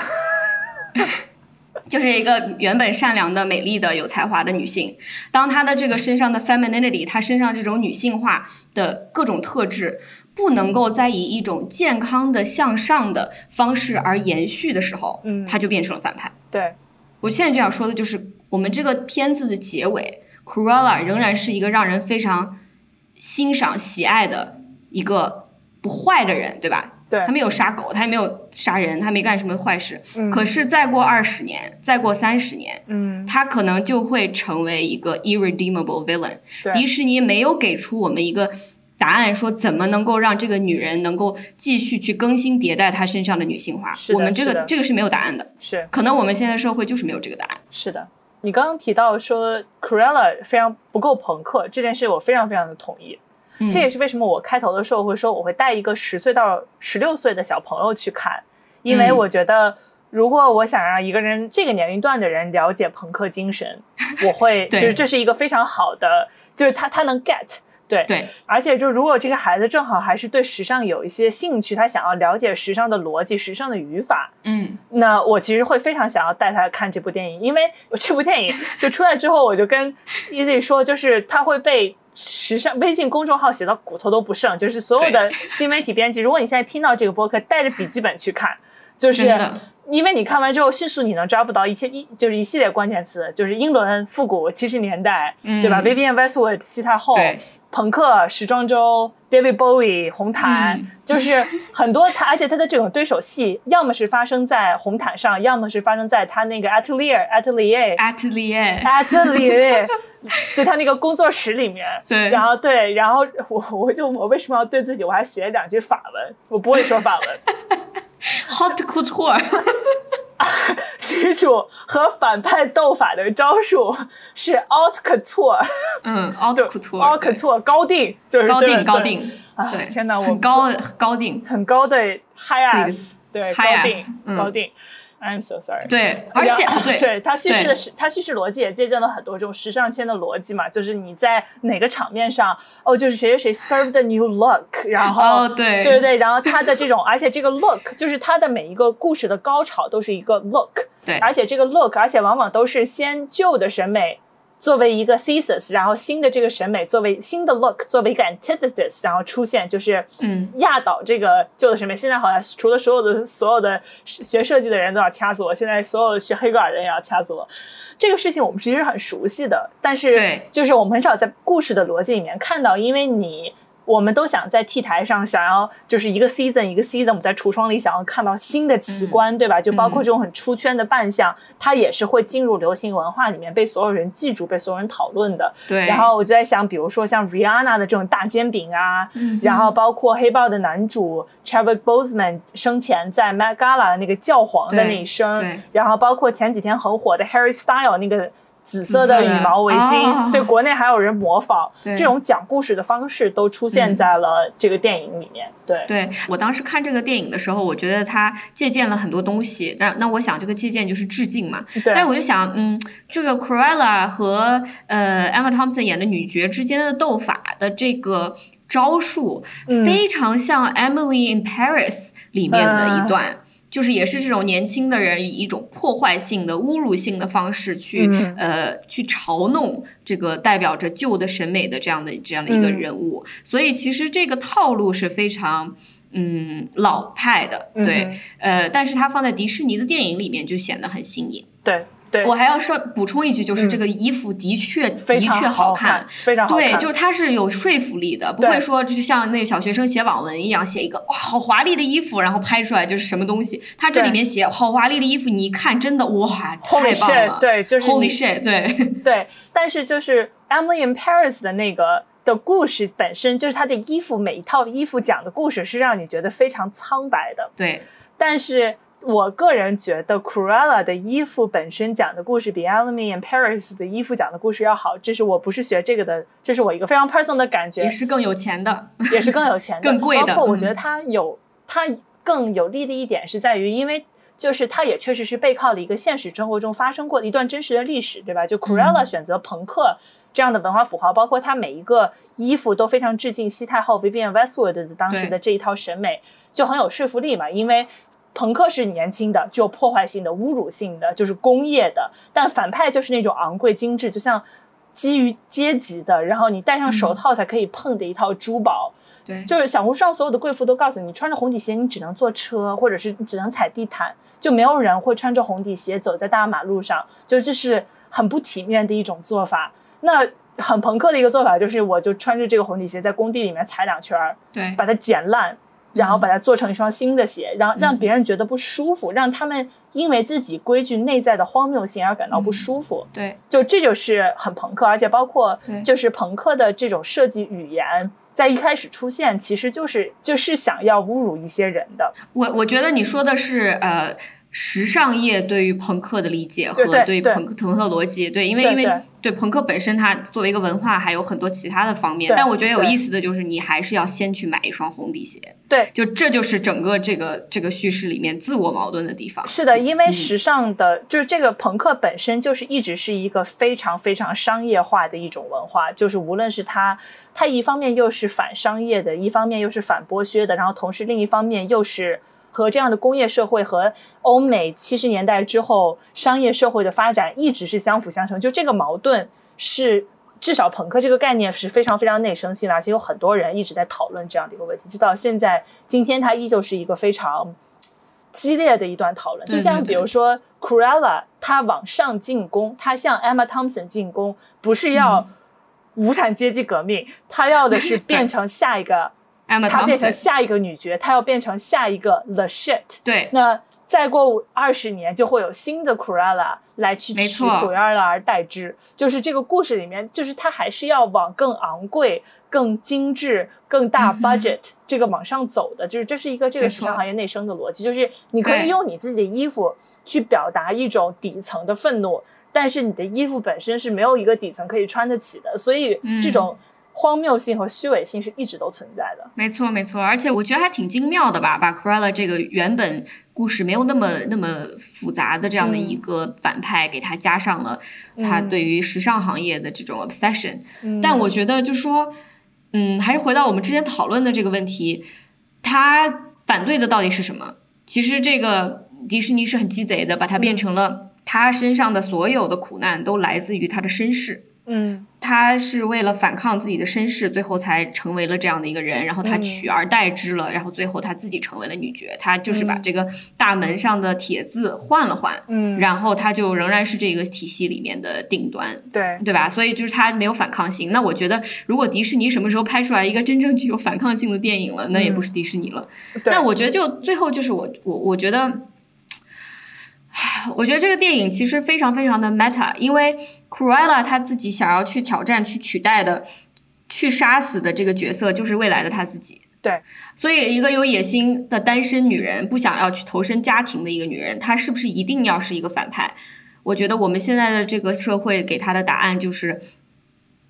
Speaker 1: 就是一个原本善良的、美丽的、有才华的女性，当她的这个身上的 femininity，她身上这种女性化的各种特质，不能够再以一种健康的、向上的方式而延续的时候，
Speaker 2: 嗯
Speaker 1: 她就变成了反派。
Speaker 2: 对
Speaker 1: 我现在就想说的就是，我们这个片子的结尾，Cruella 仍然是一个让人非常欣赏、喜爱的一个不坏的人，对吧？
Speaker 2: 对
Speaker 1: 他没有杀狗，他也没有杀人，他没干什么坏事。
Speaker 2: 嗯
Speaker 1: 可是再过二十年，再过三十年，
Speaker 2: 嗯
Speaker 1: 他可能就会成为一个 irredeemable villain。
Speaker 2: 对
Speaker 1: 迪士尼没有给出我们一个答案，说怎么能够让这个女人能够继续去更新迭代她身上的女性化
Speaker 2: 是。的
Speaker 1: 我们这
Speaker 2: 是
Speaker 1: 个
Speaker 2: 的
Speaker 1: 这个是没有答案的，
Speaker 2: 是
Speaker 1: 可能我们现在社会就是没有这个答案。
Speaker 2: 是的，你刚刚提到说 Cruella 非常不够朋克这件事，我非常非常的同意。
Speaker 1: 嗯
Speaker 2: 这也是为什么我开头的时候会说我会带一个十岁到十六岁的小朋友去看，因为
Speaker 1: 嗯
Speaker 2: 我觉得如果我想让一个人这个年龄段的人了解朋克精神，我会
Speaker 1: 对
Speaker 2: 就是这是一个非常好的，就是他他能 get 对。
Speaker 1: 对
Speaker 2: 而且，就如果这个孩子正好还是对时尚有一些兴趣，他想要了解时尚的逻辑、时尚的语法，
Speaker 1: 嗯，
Speaker 2: 那我其实会非常想要带他看 这部电影，因为这部电影就出来之后，我就跟 Easy 说，就是他会被时尚微信公众号写到骨头都不剩，就是所有的新媒体编辑，如果你现在听到这个播客，带着笔记本去看，就是
Speaker 1: 真的
Speaker 2: 因为你看完之后，迅速你能抓不到一切一就是一系列关键词，就是英伦复古七十年代，
Speaker 1: 嗯
Speaker 2: 对吧？Vivian Westwood 西太后，
Speaker 1: 对
Speaker 2: 朋克时装周，David Bowie 红毯，
Speaker 1: 嗯
Speaker 2: 就是很多他，而且他的这种对手戏，要么是发生在红毯上，要么是发生在他那个 atelier atelier
Speaker 1: ，atelier，
Speaker 2: 啊 atelier，就 他那个工作室里面。
Speaker 1: 对，
Speaker 2: 然后对，然后我我就我为什么要对自己？我还写了两句法文，我不会说法文，
Speaker 1: hot couture，
Speaker 2: 女主和反派斗法的招数是 out couture，
Speaker 1: 嗯，haute
Speaker 2: out
Speaker 1: couture，
Speaker 2: couture 高定，就是
Speaker 1: 高
Speaker 2: 对
Speaker 1: 定高。
Speaker 2: 对
Speaker 1: 定，
Speaker 2: 啊
Speaker 1: 对，
Speaker 2: 天哪我
Speaker 1: 很高高定，
Speaker 2: 很高的 high ass，
Speaker 1: Please
Speaker 2: 对
Speaker 1: high
Speaker 2: 高
Speaker 1: ass，
Speaker 2: 定
Speaker 1: 嗯
Speaker 2: 高定，I'm so sorry。
Speaker 1: 对，而且啊
Speaker 2: 然 后
Speaker 1: 对
Speaker 2: 对它叙事的
Speaker 1: 对
Speaker 2: 是它叙事逻辑也借鉴了很多这种时尚圈的逻辑嘛，就是你在哪个场面上，哦，就是谁谁谁 serve the new look，然后、
Speaker 1: 哦对
Speaker 2: 对对，然后它的这种，而且这个 look 就是它的每一个故事的高潮都是一个 look，
Speaker 1: 对
Speaker 2: 而且这个 look，而且往往都是先旧的审美作为一个 thesis，然后新的这个审美作为新的 look 作为一个 antithesis，然后出现就是
Speaker 1: 嗯
Speaker 2: 压倒这个旧的审美。现在好像除了所有的所有的学设计的人都要掐死我，现在所有学黑格尔的人也要掐死我。这个事情我们其实是很熟悉的，但是
Speaker 1: 对
Speaker 2: 就是我们很少在故事的逻辑里面看到，因为你。我们都想在 T 台上想要就是一个 season 一个 season，我们在橱窗里想要看到新的奇
Speaker 1: 嗯
Speaker 2: 观，对吧？就包括这种很出圈的扮相，它也是会进入流行文化里面被所有人记住、被所有人讨论的。
Speaker 1: 对，
Speaker 2: 然后我就在想，比如说像 Rihanna 的这种大煎饼啊，
Speaker 1: 嗯
Speaker 2: 然后包括黑豹的男主 Chadwick Boseman 生前在 Met Gala 那个教皇的那一
Speaker 1: 对
Speaker 2: 声，然后包括前几天很火的 Harry Style 那个紫色的
Speaker 1: 紫色的
Speaker 2: 羽毛围巾，
Speaker 1: 哦
Speaker 2: 对国内还有人模仿，
Speaker 1: 对嗯
Speaker 2: 这种讲故事的方式都出现在了这个电影里面。对，
Speaker 1: 对我当时看这个电影的时候，我觉得它借鉴了很多东西。那那我想这个借鉴就是致敬嘛。
Speaker 2: 对
Speaker 1: 但我就想，嗯，这个 Cruella 和呃 Emma Thompson 演的女角之间的斗法的这个。招数
Speaker 2: 嗯
Speaker 1: 非常像《Emily in Paris》里面的一
Speaker 2: 啊
Speaker 1: 段，就是也是这种年轻的人以一种破坏性的、侮辱性的方式去、
Speaker 2: 嗯
Speaker 1: 呃去嘲弄这个代表着旧的审美的这样的这样的一个
Speaker 2: 嗯
Speaker 1: 人物，所以其实这个套路是非常。嗯，老派的，
Speaker 2: 嗯
Speaker 1: 对，呃，但是它放在迪士尼的电影里面就显得很新颖。
Speaker 2: 对对，
Speaker 1: 我还要说补充一句，就是
Speaker 2: 嗯
Speaker 1: 这个衣服的确、
Speaker 2: 非
Speaker 1: 的
Speaker 2: 常
Speaker 1: 确
Speaker 2: 好
Speaker 1: 看，
Speaker 2: 非常好看。
Speaker 1: 对，就是它是有说服力的，不
Speaker 2: 对
Speaker 1: 会说就像那个小学生写网文一样，写一个哇好华丽的衣服，然后拍出来就是什么东西。它这
Speaker 2: 对
Speaker 1: 里面写好华丽的衣服，你一看真的哇
Speaker 2: Holy
Speaker 1: 太棒
Speaker 2: shit，
Speaker 1: 了，
Speaker 2: 对就是你
Speaker 1: ，Holy shit，对，
Speaker 2: 对，但是就是《Emily in Paris》的那个的故事本身，就是它的衣服每一套衣服讲的故事是让你觉得非常苍白的。
Speaker 1: 对，
Speaker 2: 但是我个人觉得 Cruella 的衣服本身讲的故事比《Emily in Paris》的衣服讲的故事要好，这是我不是学这个的，这是我一个非常 personal 的感觉
Speaker 1: 也，是更有钱的，
Speaker 2: 也是更有 钱的，
Speaker 1: 更贵的
Speaker 2: 包括我
Speaker 1: 嗯
Speaker 2: 觉得它有它更有利的一点是在于，因为。就是它也确实是背靠了一个现实生活中发生过的一段真实的历史，对吧？就
Speaker 1: 嗯
Speaker 2: Cruella 选择朋克这样的文化符号，包括它每一个衣服都非常致敬西太后 Vivian Westwood 的当时
Speaker 1: 对
Speaker 2: 的这一套审美，就很有说服力嘛。因为朋克是年轻的，具有破坏性的、侮辱性的，就是工业的；但反派就是那种昂贵、精致，就像基于阶级的，然后你戴上
Speaker 1: 嗯
Speaker 2: 手套才可以碰的一套珠宝。
Speaker 1: 对，
Speaker 2: 就是小红书上所有的贵妇都告诉你，穿着红底鞋你只能坐车，或者是你只能踩地毯，就没有人会穿着红底鞋走在大马路上，就这是很不体面的一种做法。那很朋克的一个做法就是，我就穿着这个红底鞋在工地里面踩两圈儿，
Speaker 1: 对，
Speaker 2: 把它剪烂，然后把它做成一双新的鞋，然后让别人觉得不舒服，让他们因为自己规矩内在的荒谬性而感到不舒服。
Speaker 1: 对，
Speaker 2: 就这就是很朋克，而且包括
Speaker 1: 对
Speaker 2: 就是朋克的这种设计语言，在一开始出现，其实就是就是想要侮辱一些人的。
Speaker 1: 我我觉得你说的是呃。时尚业对于朋克的理解和
Speaker 2: 对对
Speaker 1: 对
Speaker 2: 对
Speaker 1: 朋朋克逻辑，对，因为
Speaker 2: 对
Speaker 1: 因为
Speaker 2: 对
Speaker 1: 对朋克本身，它作为一个文化，还有很多其他的方面
Speaker 2: 对。
Speaker 1: 但我觉得有
Speaker 2: 对
Speaker 1: 意思的就是，你还是要先去买一双红底鞋。
Speaker 2: 对
Speaker 1: 就这就是整个这个这个叙事里面自我矛盾的地方。
Speaker 2: 是的，因为时尚的、就是这个朋克本身就是一直是一个非常非常商业化的一种文化，就是无论是它，它一方面又是反商业的，一方面又是反剥削的，然后同时另一方面又是。和这样的工业社会和欧美七十年代之后商业社会的发展一直是相辅相成，就这个矛盾是至少朋克这个概念是非常非常内生性的，而且有很多人一直在讨论这样的一个问题，直到现在，今天它依旧是一个非常激烈的一段讨论。
Speaker 1: 对
Speaker 2: 就像
Speaker 1: 对对
Speaker 2: 比如说 c u r e l l a 她往上进攻，她向 Emma Thompson 进攻，不是要
Speaker 1: 嗯
Speaker 2: 无产阶级革命，她要的是变成下一个，
Speaker 1: Emma
Speaker 2: 她变成
Speaker 1: Thompson，
Speaker 2: 下一个女爵，她要变成下一个 The Shit。
Speaker 1: 对，
Speaker 2: 那再过二十年，就会有新的 c u r a l a 来去
Speaker 1: 没
Speaker 2: 取 c
Speaker 1: 错
Speaker 2: u r a l a 而代之。就是这个故事里面，就是它还是要往更昂贵、更精致、更大
Speaker 1: 嗯哼
Speaker 2: budget、这个往上走的。就是这是一个这个
Speaker 1: 没
Speaker 2: 时
Speaker 1: 错
Speaker 2: 尚行业内生的逻辑，就是你可
Speaker 1: 对
Speaker 2: 以用你自己的衣服去表达一种底层的愤怒，但是你的衣服本身是没有一个底层可以穿得起的，所以
Speaker 1: 嗯
Speaker 2: 这种荒谬性和虚伪性是一直都存在的。
Speaker 1: 没错，没错，而且我觉得还挺精妙的吧，把 c r e l l a 这个原本故事没有那么那么复杂的这样的一个反派，给他加上了他
Speaker 2: 嗯
Speaker 1: 对于时尚行业的这种 obsession。
Speaker 2: 嗯
Speaker 1: 但我觉得就说，嗯，还是回到我们之前讨论的这个问题，他反对的到底是什么？其实这个迪士尼是很鸡贼的，把它变成了他身上的所有的苦难都来自于他的身世。
Speaker 2: 嗯
Speaker 1: 他是为了反抗自己的身世，最后才成为了这样的一个人，然后他
Speaker 2: 嗯
Speaker 1: 取而代之了，然后最后他自己成为了女爵，他就是把
Speaker 2: 嗯
Speaker 1: 这个大门上的铁字换了换，
Speaker 2: 嗯，
Speaker 1: 然后他就仍然是这个体系里面的顶端，
Speaker 2: 对，
Speaker 1: 对吧？所以就是他没有反抗性。那我觉得，如果迪士尼什么时候拍出来一个真正具有反抗性的电影了，那
Speaker 2: 嗯
Speaker 1: 也不是迪士尼了。
Speaker 2: 对
Speaker 1: 那我觉得就最后就是我我我觉得。唉我觉得这个电影其实非常非常的 meta，因为 c r u e l l a 他自己想要去挑战、去取代的、去杀死的这个角色，就是未来的他自己。
Speaker 2: 对，
Speaker 1: 所以一个有野心的单身女人，不想要去投身家庭的一个女人，她是不是一定要是一个反派？我觉得我们现在的这个社会给她的答案就是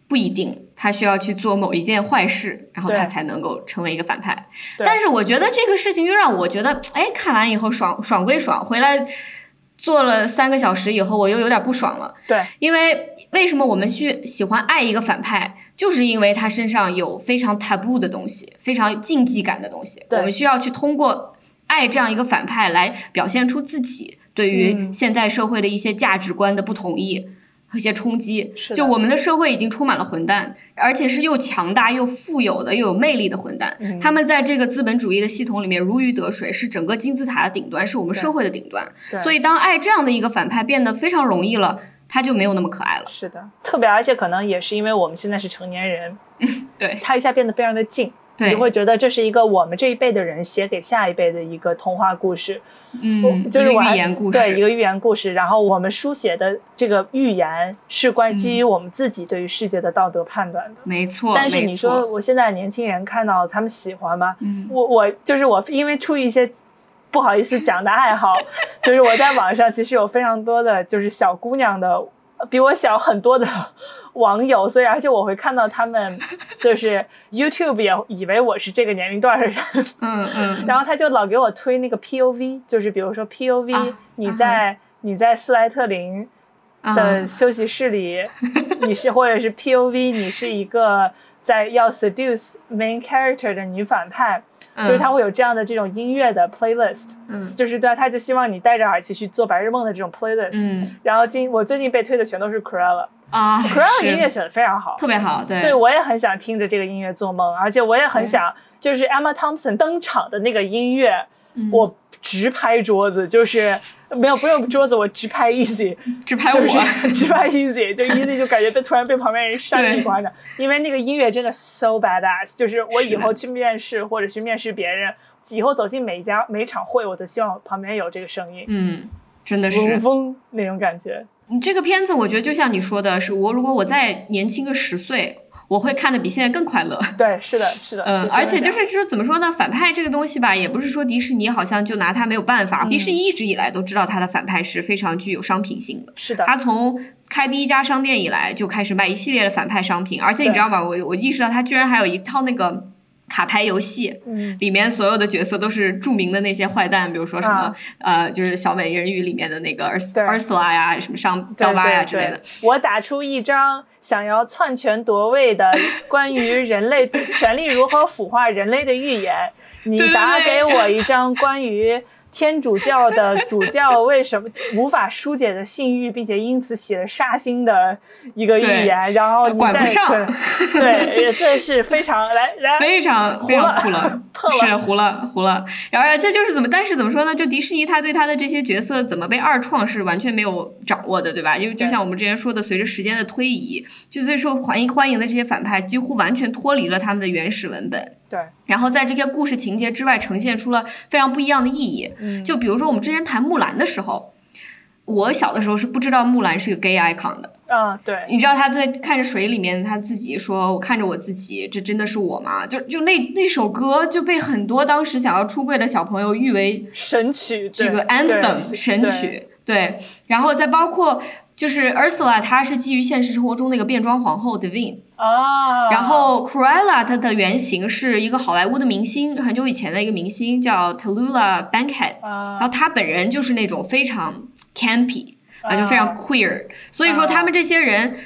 Speaker 1: 不一定，她需要去做某一件坏事，然后她
Speaker 2: 对
Speaker 1: 才能够成为一个反派。
Speaker 2: 对
Speaker 1: 但是我觉得这个事情就让我觉得，哎，看完以后爽爽归爽，回来做了三个小时以后，我又有点不爽了。
Speaker 2: 对，
Speaker 1: 因为为什么我们去喜欢爱一个反派，就是因为他身上有非常 taboo 的东西，非常禁忌感的东西。
Speaker 2: 对
Speaker 1: 我们需要去通过爱这样一个反派来表现出自己对于
Speaker 2: 嗯
Speaker 1: 现在社会的一些价值观的不同意。和一些冲击
Speaker 2: 是，的
Speaker 1: 就我们的社会已经充满了混蛋，而且是又强大又富有的又有魅力的混蛋。
Speaker 2: 嗯
Speaker 1: 他们在这个资本主义的系统里面如鱼得水，是整个金字塔的顶端，是我们
Speaker 2: 对
Speaker 1: 社会的顶端。
Speaker 2: 对
Speaker 1: 所以当爱这样的一个反派变得非常容易了，他就没有那么可爱了。
Speaker 2: 是的，特别而且可能也是因为我们现在是成年人，
Speaker 1: 对
Speaker 2: 他一下变得非常的近，
Speaker 1: 对
Speaker 2: 你，会觉得这是一个我们这一辈的人写给下一辈的一个童话故事，
Speaker 1: 嗯，
Speaker 2: 就是
Speaker 1: 一
Speaker 2: 我
Speaker 1: 个
Speaker 2: 还
Speaker 1: 寓言故事，
Speaker 2: 对一个寓言故事。然后我们书写的这个寓言是关基
Speaker 1: 嗯
Speaker 2: 于我们自己对于世界的道德判断的。
Speaker 1: 没错，
Speaker 2: 但是
Speaker 1: 没
Speaker 2: 你说
Speaker 1: 错，
Speaker 2: 我现在年轻人看到他们喜欢吗？
Speaker 1: 嗯，
Speaker 2: 我我就是我，因为出于一些不好意思讲的爱好，就是我在网上其实有非常多的就是小姑娘的，比我小很多的网友，所以而且我会看到他们 就是 YouTube 也以为我是这个年龄段的人，
Speaker 1: 嗯嗯，
Speaker 2: 然后他就老给我推那个 POV，就是比如说 POV，、
Speaker 1: 啊
Speaker 2: 你在、你在斯莱特林的
Speaker 1: 嗯
Speaker 2: 休息室里，你是或者是 POV，你 是一个在要 seduce main character 的女反派，
Speaker 1: 嗯
Speaker 2: 就是他会有这样的这种音乐的 playlist，
Speaker 1: 嗯
Speaker 2: 就是对啊，他就希望你戴着耳机去做白日梦的这种 playlist。
Speaker 1: 嗯
Speaker 2: 然后今我最近被推的全都是 c r e l l a
Speaker 1: 啊，
Speaker 2: c r e l l
Speaker 1: 是
Speaker 2: a 音乐选的非常好，
Speaker 1: 特别好，对
Speaker 2: 对我也很想听着这个音乐做梦，而且我也
Speaker 1: 嗯
Speaker 2: 很想就是 Emma Thompson 登场的那个音乐，
Speaker 1: 嗯
Speaker 2: 我直拍桌子，就是没有不用桌子，我直拍 Easy，
Speaker 1: 只拍我
Speaker 2: 就，是 直拍 Easy，就 Easy 就感觉被突然被旁边人扇
Speaker 1: 对
Speaker 2: 一巴掌，因为那个音乐真的 so badass，就是我
Speaker 1: 是
Speaker 2: 以
Speaker 1: 的
Speaker 2: 后去面试或者去面试别人，以后走进每一家每一场会，我都希望旁边有这个声音，
Speaker 1: 嗯，真的
Speaker 2: 嗡
Speaker 1: 是，
Speaker 2: 嗡那种感觉，
Speaker 1: 你这个片子我觉得就像你说的，是我如果我再年轻个十岁，我会看的比现在更快乐。
Speaker 2: 对，是的，是的，
Speaker 1: 嗯
Speaker 2: 是，真的
Speaker 1: 而且就
Speaker 2: 这样
Speaker 1: 是说，怎么说呢？反派这个东西吧，也不是说迪士尼好像就拿它没有办法。迪
Speaker 2: 嗯
Speaker 1: 士尼一直以来都知道它的反派是非常具有商品性的，
Speaker 2: 是的，
Speaker 1: 他从开第一家商店以来就开始卖一系列的反派商品，而且你知道吗？我我意识到他居然还有一套那个卡牌游戏。
Speaker 2: 嗯，
Speaker 1: 里面所有的角色都是著名的那些坏蛋，比如说什么、
Speaker 2: 啊
Speaker 1: 呃，就是小美人鱼里面的那个 Urs
Speaker 2: 对
Speaker 1: Ursula 呀、什么 上
Speaker 2: 对
Speaker 1: 刀疤呀
Speaker 2: 对
Speaker 1: 之类
Speaker 2: 对
Speaker 1: 的。
Speaker 2: 我打出一张想要篡权夺 位的关于人类 权力如何腐化人类的预言，你
Speaker 1: 对对
Speaker 2: 打
Speaker 1: 对
Speaker 2: 给我一张关于天主教的主教为什么无法疏解的性欲，并且因此起了杀心的一个预
Speaker 1: 对
Speaker 2: 言，然后你
Speaker 1: 管
Speaker 2: 再
Speaker 1: 不上
Speaker 2: 对， 对这是非常来 来
Speaker 1: 非常
Speaker 2: 糊
Speaker 1: 非常
Speaker 2: 了，
Speaker 1: 酷了
Speaker 2: 碰
Speaker 1: 是
Speaker 2: 了
Speaker 1: 糊了糊了。然后哎这就是怎么，但是怎么说呢？就迪士尼他对他的这些角色怎么被二创是完全没有掌握的，对吧？因为就
Speaker 2: 对
Speaker 1: 像我们之前说的，随着时间的推移，就最受欢迎欢迎的这些反派几乎完全脱离了他们的原始文本。
Speaker 2: 对，
Speaker 1: 然后在这些故事情节之外，呈现出了非常不一样的意义。
Speaker 2: 嗯
Speaker 1: 就比如说我们之前谈木兰的时候，我小的时候是不知道木兰是个 gay icon 的。
Speaker 2: 啊对，
Speaker 1: 你知道他在看着水里面，他自己说：“我看着我自己，这真的是我吗？”就就那那首歌就被很多当时想要出柜的小朋友誉为
Speaker 2: 神曲
Speaker 1: 这
Speaker 2: 对
Speaker 1: 个
Speaker 2: 对
Speaker 1: anthem
Speaker 2: 是
Speaker 1: 神
Speaker 2: 对
Speaker 1: 曲，对，然后再包括就是 Ursula，她是基于现实生活中那个变装皇后 Devine，
Speaker 2: 啊，
Speaker 1: 然后 Cruella 她的原型是一个好莱坞的明星，很久以前的一个明星叫 Tallulah Bankhead，然后
Speaker 2: 啊，
Speaker 1: 她本人就是那种非常 campy 啊，就非常 queer，所以说
Speaker 2: 啊
Speaker 1: 他们这些人。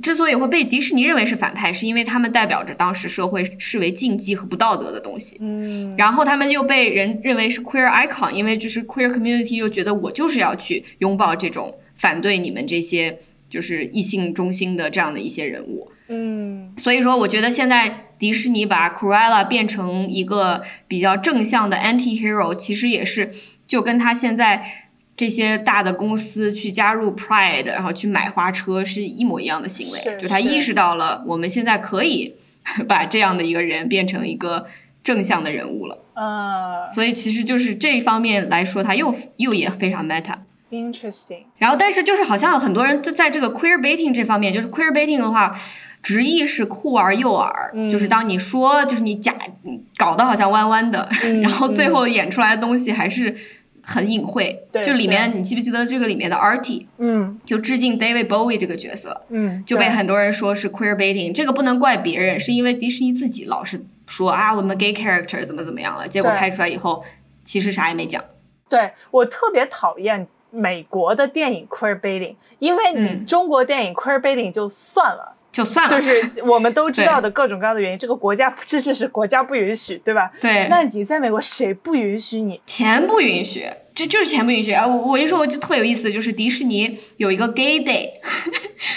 Speaker 1: 之所以会被迪士尼认为是反派，是因为他们代表着当时社会视为禁忌和不道德的东西。
Speaker 2: 嗯，
Speaker 1: 然后他们又被人认为是 queer icon，因为就是 queer community 又觉得我就是要去拥抱这种反对你们这些就是异性中心的这样的一些人物。
Speaker 2: 嗯
Speaker 1: 所以说，我觉得现在迪士尼把 Cruella 变成一个比较正向的 anti-hero，其实也是就跟他现在这些大的公司去加入 Pride，然后去买花车是一模一样的行为。
Speaker 2: 是
Speaker 1: 就他
Speaker 2: 是
Speaker 1: 意识到了我们现在可以 把这样的一个人变成一个正向的人物了。
Speaker 2: 啊
Speaker 1: 所以其实就是这一方面来说，他又又也非常 meta。
Speaker 2: ，interesting，
Speaker 1: 然后，但是就是好像有很多人就在这个 queer baiting 这方面，就是 queer baiting 的话，直译是酷儿诱饵，
Speaker 2: 嗯
Speaker 1: 就是当你说，就是你假搞得好像弯弯的，
Speaker 2: 嗯
Speaker 1: 然后最
Speaker 2: 嗯
Speaker 1: 后演出来的东西还是很隐晦。
Speaker 2: 对
Speaker 1: 就里面
Speaker 2: 对
Speaker 1: 你记不记得这个里面的 Artie
Speaker 2: 嗯
Speaker 1: 就致敬 David Bowie 这个角色，
Speaker 2: 嗯，
Speaker 1: 就被
Speaker 2: 对
Speaker 1: 很多人说是 queer baiting，这个不能怪别人，是因为迪士尼自己老是说啊我们 gay character 怎么怎么样了，结果
Speaker 2: 对
Speaker 1: 拍出来以后其实啥也没讲。
Speaker 2: 对我特别讨厌美国的电影 queer baiting，因为你
Speaker 1: 嗯
Speaker 2: 中国电影 queer baiting 就算了。
Speaker 1: 就算了，
Speaker 2: 就是我们都知道的各种各样的原因，这个国家这这是国家不允许，对吧？
Speaker 1: 对，
Speaker 2: 那你在美国谁不允许你？
Speaker 1: 钱不允许，这就是钱不允许啊！我我一说我就特别有意思，就是迪士尼有一个 Gay Day，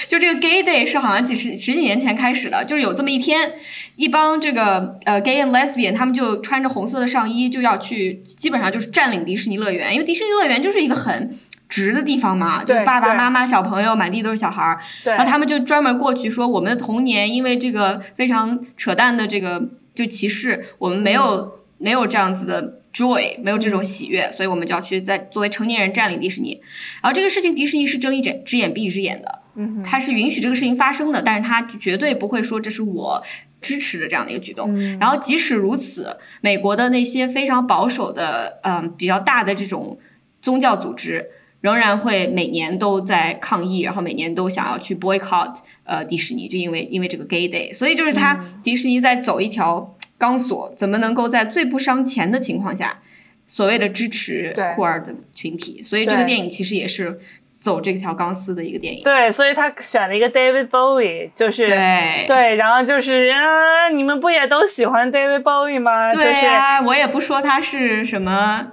Speaker 1: 就这个 Gay Day 是好像几十十几年前开始的，就是有这么一天，一帮这个呃 Gay and Lesbian 他们就穿着红色的上衣就要去，基本上就是占领迪士尼乐园，因为迪士尼乐园就是一个很。直的地方嘛，就
Speaker 2: 对
Speaker 1: 是爸爸
Speaker 2: 对
Speaker 1: 妈妈、小朋友满地都是小孩儿，
Speaker 2: 对
Speaker 1: 然后他们就专门过去说，我们的童年因为这个非常扯淡的这个就歧视，我们没有、没有这样子的 joy，没有这种喜悦，所以我们就要去在作为成年人占领迪士尼。然后这个事情迪士尼是睁一只只眼闭一只眼的，
Speaker 2: 嗯哼，
Speaker 1: 他是允许这个事情发生的，但是他绝对不会说这是我支持的这样的一个举动。
Speaker 2: 嗯
Speaker 1: 然后即使如此，美国的那些非常保守的，嗯、比较大的这种宗教组织，仍然会每年都在抗议，然后每年都想要去 boycott 呃迪士尼，就因为因为这个 Gay Day，所以就是他、
Speaker 2: 嗯
Speaker 1: 迪士尼在走一条钢索，怎么能够在最不伤钱的情况下，所谓的支持
Speaker 2: 对
Speaker 1: 酷儿的群体，所以这
Speaker 2: 对
Speaker 1: 个电影其实也是走这条钢丝的一个电影。
Speaker 2: 对，所以他选了一个 David Bowie，就是
Speaker 1: 对
Speaker 2: 对然后就是啊，你们不也都喜欢 David Bowie 吗？
Speaker 1: 对呀、我也不说它是什么，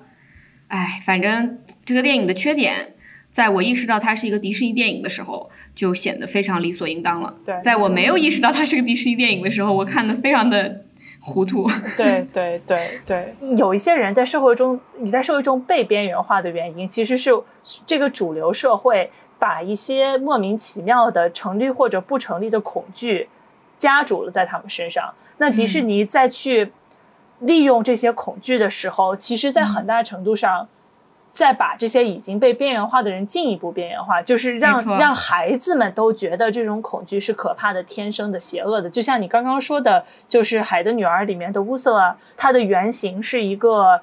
Speaker 1: 哎，反正这个电影的缺点，在我意识到它是一个迪士尼电影的时候，就显得非常理所应当了。
Speaker 2: 对
Speaker 1: 在我没有意识到它是个迪士尼电影的时候，我看的非常的糊涂。
Speaker 2: 就是对对对对，有一些人在社会中，你在社会中被边缘化的原因，其实是这个主流社会把一些莫名其妙的成立或者不成立的恐惧加注了在他们身上。那迪士尼再去利用这些恐惧的时候，其实，在很大程度上，再把这些已经被边缘化的人进一步边缘化，就是让
Speaker 1: 没错
Speaker 2: 让孩子们都觉得这种恐惧是可怕的、天生的、邪恶的。就像你刚刚说的，就是《海的女儿》里面的乌瑟拉，她的原型是一个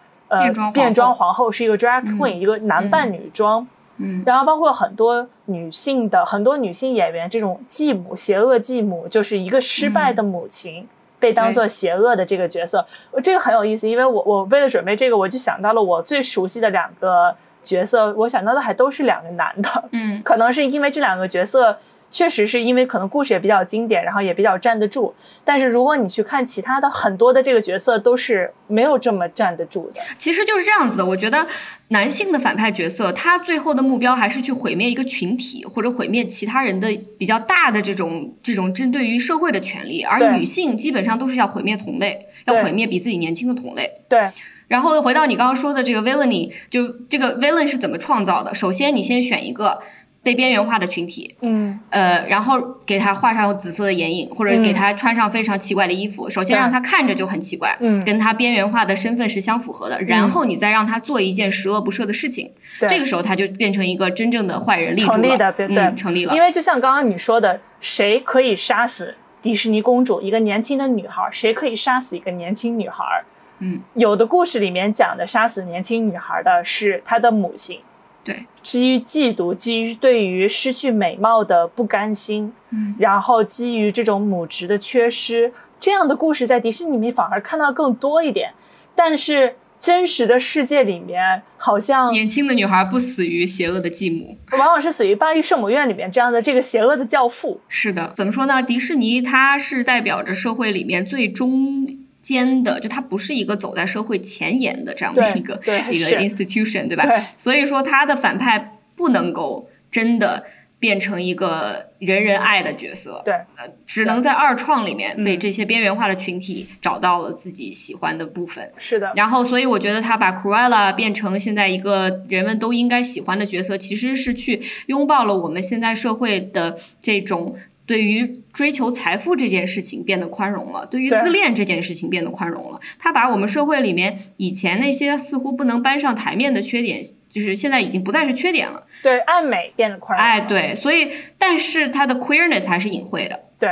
Speaker 1: 变
Speaker 2: 呃
Speaker 1: 装皇后
Speaker 2: 变装皇后，是一个 drag
Speaker 1: 嗯
Speaker 2: queen，、一个男扮女装。
Speaker 1: 嗯，
Speaker 2: 然后包括很多女性的很多女性演员，这种继母、邪恶继母，就是一个失
Speaker 1: 嗯
Speaker 2: 败的母亲。被当做邪恶的这个角色，呃这个很有意思，因为我我为了准备这个，我就想到了我最熟悉的两个角色，我想到的还都是两个男的，
Speaker 1: 嗯
Speaker 2: 可能是因为这两个角色确实是因为可能故事也比较经典，然后也比较站得住。但是如果你去看其他的很多的这个角色，都是没有这么站得住的。
Speaker 1: 其实就是这样子的。我觉得男性的反派角色，他最后的目标还是去毁灭一个群体，或者毁灭其他人的比较大的这种这种针对于社会的权利。而
Speaker 2: 对
Speaker 1: 女性基本上都是要毁灭同类，要
Speaker 2: 对
Speaker 1: 毁灭比自己年轻的同类。
Speaker 2: 对
Speaker 1: 然后回到你刚刚说的这个 villainy，就这个 villain 是怎么创造的？首先，你先选一个被边缘化的群体，
Speaker 2: 嗯，
Speaker 1: 呃，然后给他画上紫色的眼影，或者
Speaker 2: 嗯
Speaker 1: 给他穿上非常奇怪的衣服。首先
Speaker 2: 对
Speaker 1: 让他看着就很奇怪，
Speaker 2: 嗯
Speaker 1: 跟他边缘化的身份是相符合的。然后你再让他做一件十恶不赦的事情，
Speaker 2: 对。
Speaker 1: 这个时候他就变成一个真正的坏人，立住了，
Speaker 2: 成立的对对
Speaker 1: 嗯，成立了
Speaker 2: 因。为就像刚刚你说的，谁可以杀死迪士尼公主一个年轻的女孩儿？谁可以杀死一个年轻女孩儿？
Speaker 1: 嗯，
Speaker 2: 有的故事里面讲的杀死年轻女孩儿的是她的母亲，
Speaker 1: 对，
Speaker 2: 基于嫉妒，基于对于失去美貌的不甘心，
Speaker 1: 嗯，
Speaker 2: 然后基于这种母职的缺失，这样的故事在迪士尼里面反而看到更多一点，但是。真实的世界里面，好像
Speaker 1: 年轻的女孩不死于邪恶的继母。
Speaker 2: 往往是属于巴黎圣母院里面这样的这个邪恶的教父。
Speaker 1: 是的，怎么说呢？迪士尼它是代表着社会里面最中间的，就它不是一个走在社会前沿的这样的
Speaker 2: 对
Speaker 1: 一个
Speaker 2: 对
Speaker 1: 一个
Speaker 2: 是
Speaker 1: institution，对吧？
Speaker 2: 对
Speaker 1: 所以说它的反派不能够真的变成一个人人爱的角色，
Speaker 2: 对
Speaker 1: 呃，只能在二创里面
Speaker 2: 嗯
Speaker 1: 被这些边缘化的群体找到了自己喜欢的部分。
Speaker 2: 是的，
Speaker 1: 然后，所以我觉得他把 Cruella 变成现在一个人们都应该喜欢的角色，其实是去拥抱了我们现在社会的这种对于追求财富这件事情变得宽容了，对于
Speaker 2: 对
Speaker 1: 自恋这件事情变得宽容了。他把我们社会里面以前那些似乎不能搬上台面的缺点，就是现在已经不再是缺点了。
Speaker 2: 对，爱美变得宽容。
Speaker 1: 哎，，对，所以但是他的 queerness 还是隐晦的。
Speaker 2: 对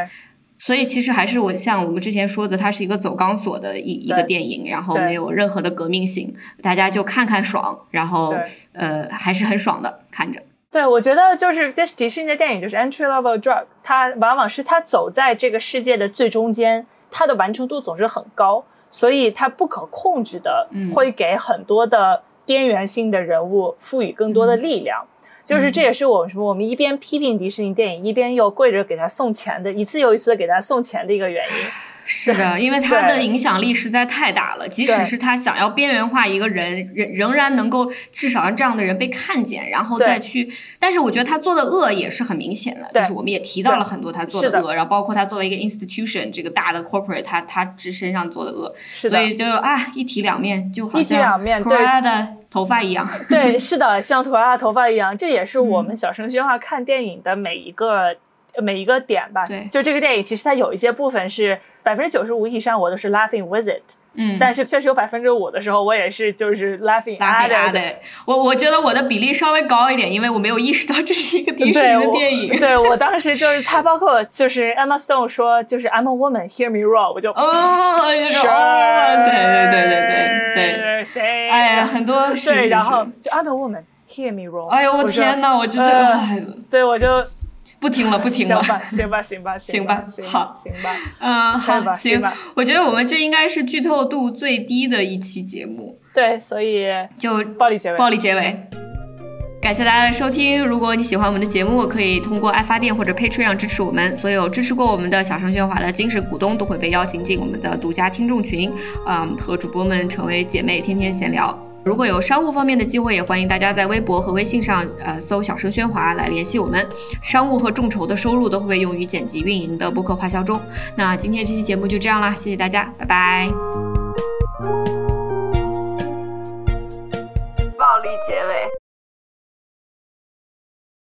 Speaker 1: 所以其实还是我像我们之前说的，它是一个走钢索的一一个电影，然后
Speaker 2: 对
Speaker 1: 没有任何的革命性，大家就看看爽，然后
Speaker 2: 对
Speaker 1: 呃还是很爽的看 着。
Speaker 2: 对，我觉得就是但是迪士尼的电影就是 entry level drug，它往往是它走在这个世界的最中间，它的完成度总是很高，所以它不可控制的
Speaker 1: 嗯
Speaker 2: 会给很多的边缘性的人物赋予更多
Speaker 1: 嗯
Speaker 2: 的力量。就是这也是我们什么，我们一边批评迪士尼电影，一边又跪着给他送钱的，一次又一次的给他送钱的一个原因。
Speaker 1: 是的，因为它的
Speaker 2: 对
Speaker 1: 影响力实在太大了，即使
Speaker 2: 对
Speaker 1: 是他想要边缘化一个人，仍仍然能够至少让这样的人被看见，然后
Speaker 2: 对
Speaker 1: 再去。但是我觉得他做的恶也是很明显的，
Speaker 2: 对
Speaker 1: 就是我们也提到了
Speaker 2: 对
Speaker 1: 很多他做
Speaker 2: 是的
Speaker 1: 恶，然后包括他作为一个 institution 这个大的 corporate，他他这身上做的恶，
Speaker 2: 是的
Speaker 1: 所，以就啊，一体两面，就好
Speaker 2: 一体两
Speaker 1: 像
Speaker 2: 面对
Speaker 1: Cruella 的头发一 样。
Speaker 2: 对，是的，像头发头发一样，这也是我
Speaker 1: 嗯
Speaker 2: 们小声喧哗看电影的每一个、呃每一个点吧。
Speaker 1: 对
Speaker 2: 就这个电影，其实它有一些部分是百分之九十五以上我都是 laughing with it，、
Speaker 1: 嗯，
Speaker 2: 但是确实有百分之五的时候，我也是就是 laughing
Speaker 1: 拉
Speaker 2: at
Speaker 1: 黑拉
Speaker 2: it。
Speaker 1: 的，我我觉得我的比例稍微高一点，因为我没有意识到这是一个 迪士尼的电影
Speaker 2: 对我。对我当时就是他，包括就是 Emma Stone 说，就是 I'm a woman, hear me roar，我就
Speaker 1: 哦，就是哦，对对对对对对，
Speaker 2: 对
Speaker 1: 哎呀，很多是是
Speaker 2: 对，
Speaker 1: 是
Speaker 2: 然后就 I'm a woman, hear me roar，
Speaker 1: 哎呦我
Speaker 2: 说
Speaker 1: 天呐，我就这
Speaker 2: 呃
Speaker 1: 哎
Speaker 2: 对我就
Speaker 1: 不听啊了不听
Speaker 2: 行
Speaker 1: 了。
Speaker 2: 吧，行吧，行吧，行吧，
Speaker 1: 行吧
Speaker 2: 行
Speaker 1: 好
Speaker 2: 行吧，
Speaker 1: 嗯，
Speaker 2: 对
Speaker 1: 好，
Speaker 2: 吧
Speaker 1: 行
Speaker 2: 对吧，
Speaker 1: 我觉得我们这应该是剧透度最低的一期节目，
Speaker 2: 对，所以
Speaker 1: 就
Speaker 2: 暴力结尾，
Speaker 1: 暴力结尾。感谢大家的收听。如果你喜欢我们的节目，可以通过爱发电或者 Patreon 支持我们。所有支持过我们的小声喧哗的精神股东都会被邀请进我们的独家听众群，嗯，和主播们成为姐妹，天天闲聊。如果有商务方面的机会，也欢迎大家在微博和微信上，呃，搜“小声喧哗”来联系我们。商务和众筹的收入都会被用于剪辑运营的播客花销中。那今天这期节目就这样啦，谢谢大家，拜拜。
Speaker 3: 暴力结尾。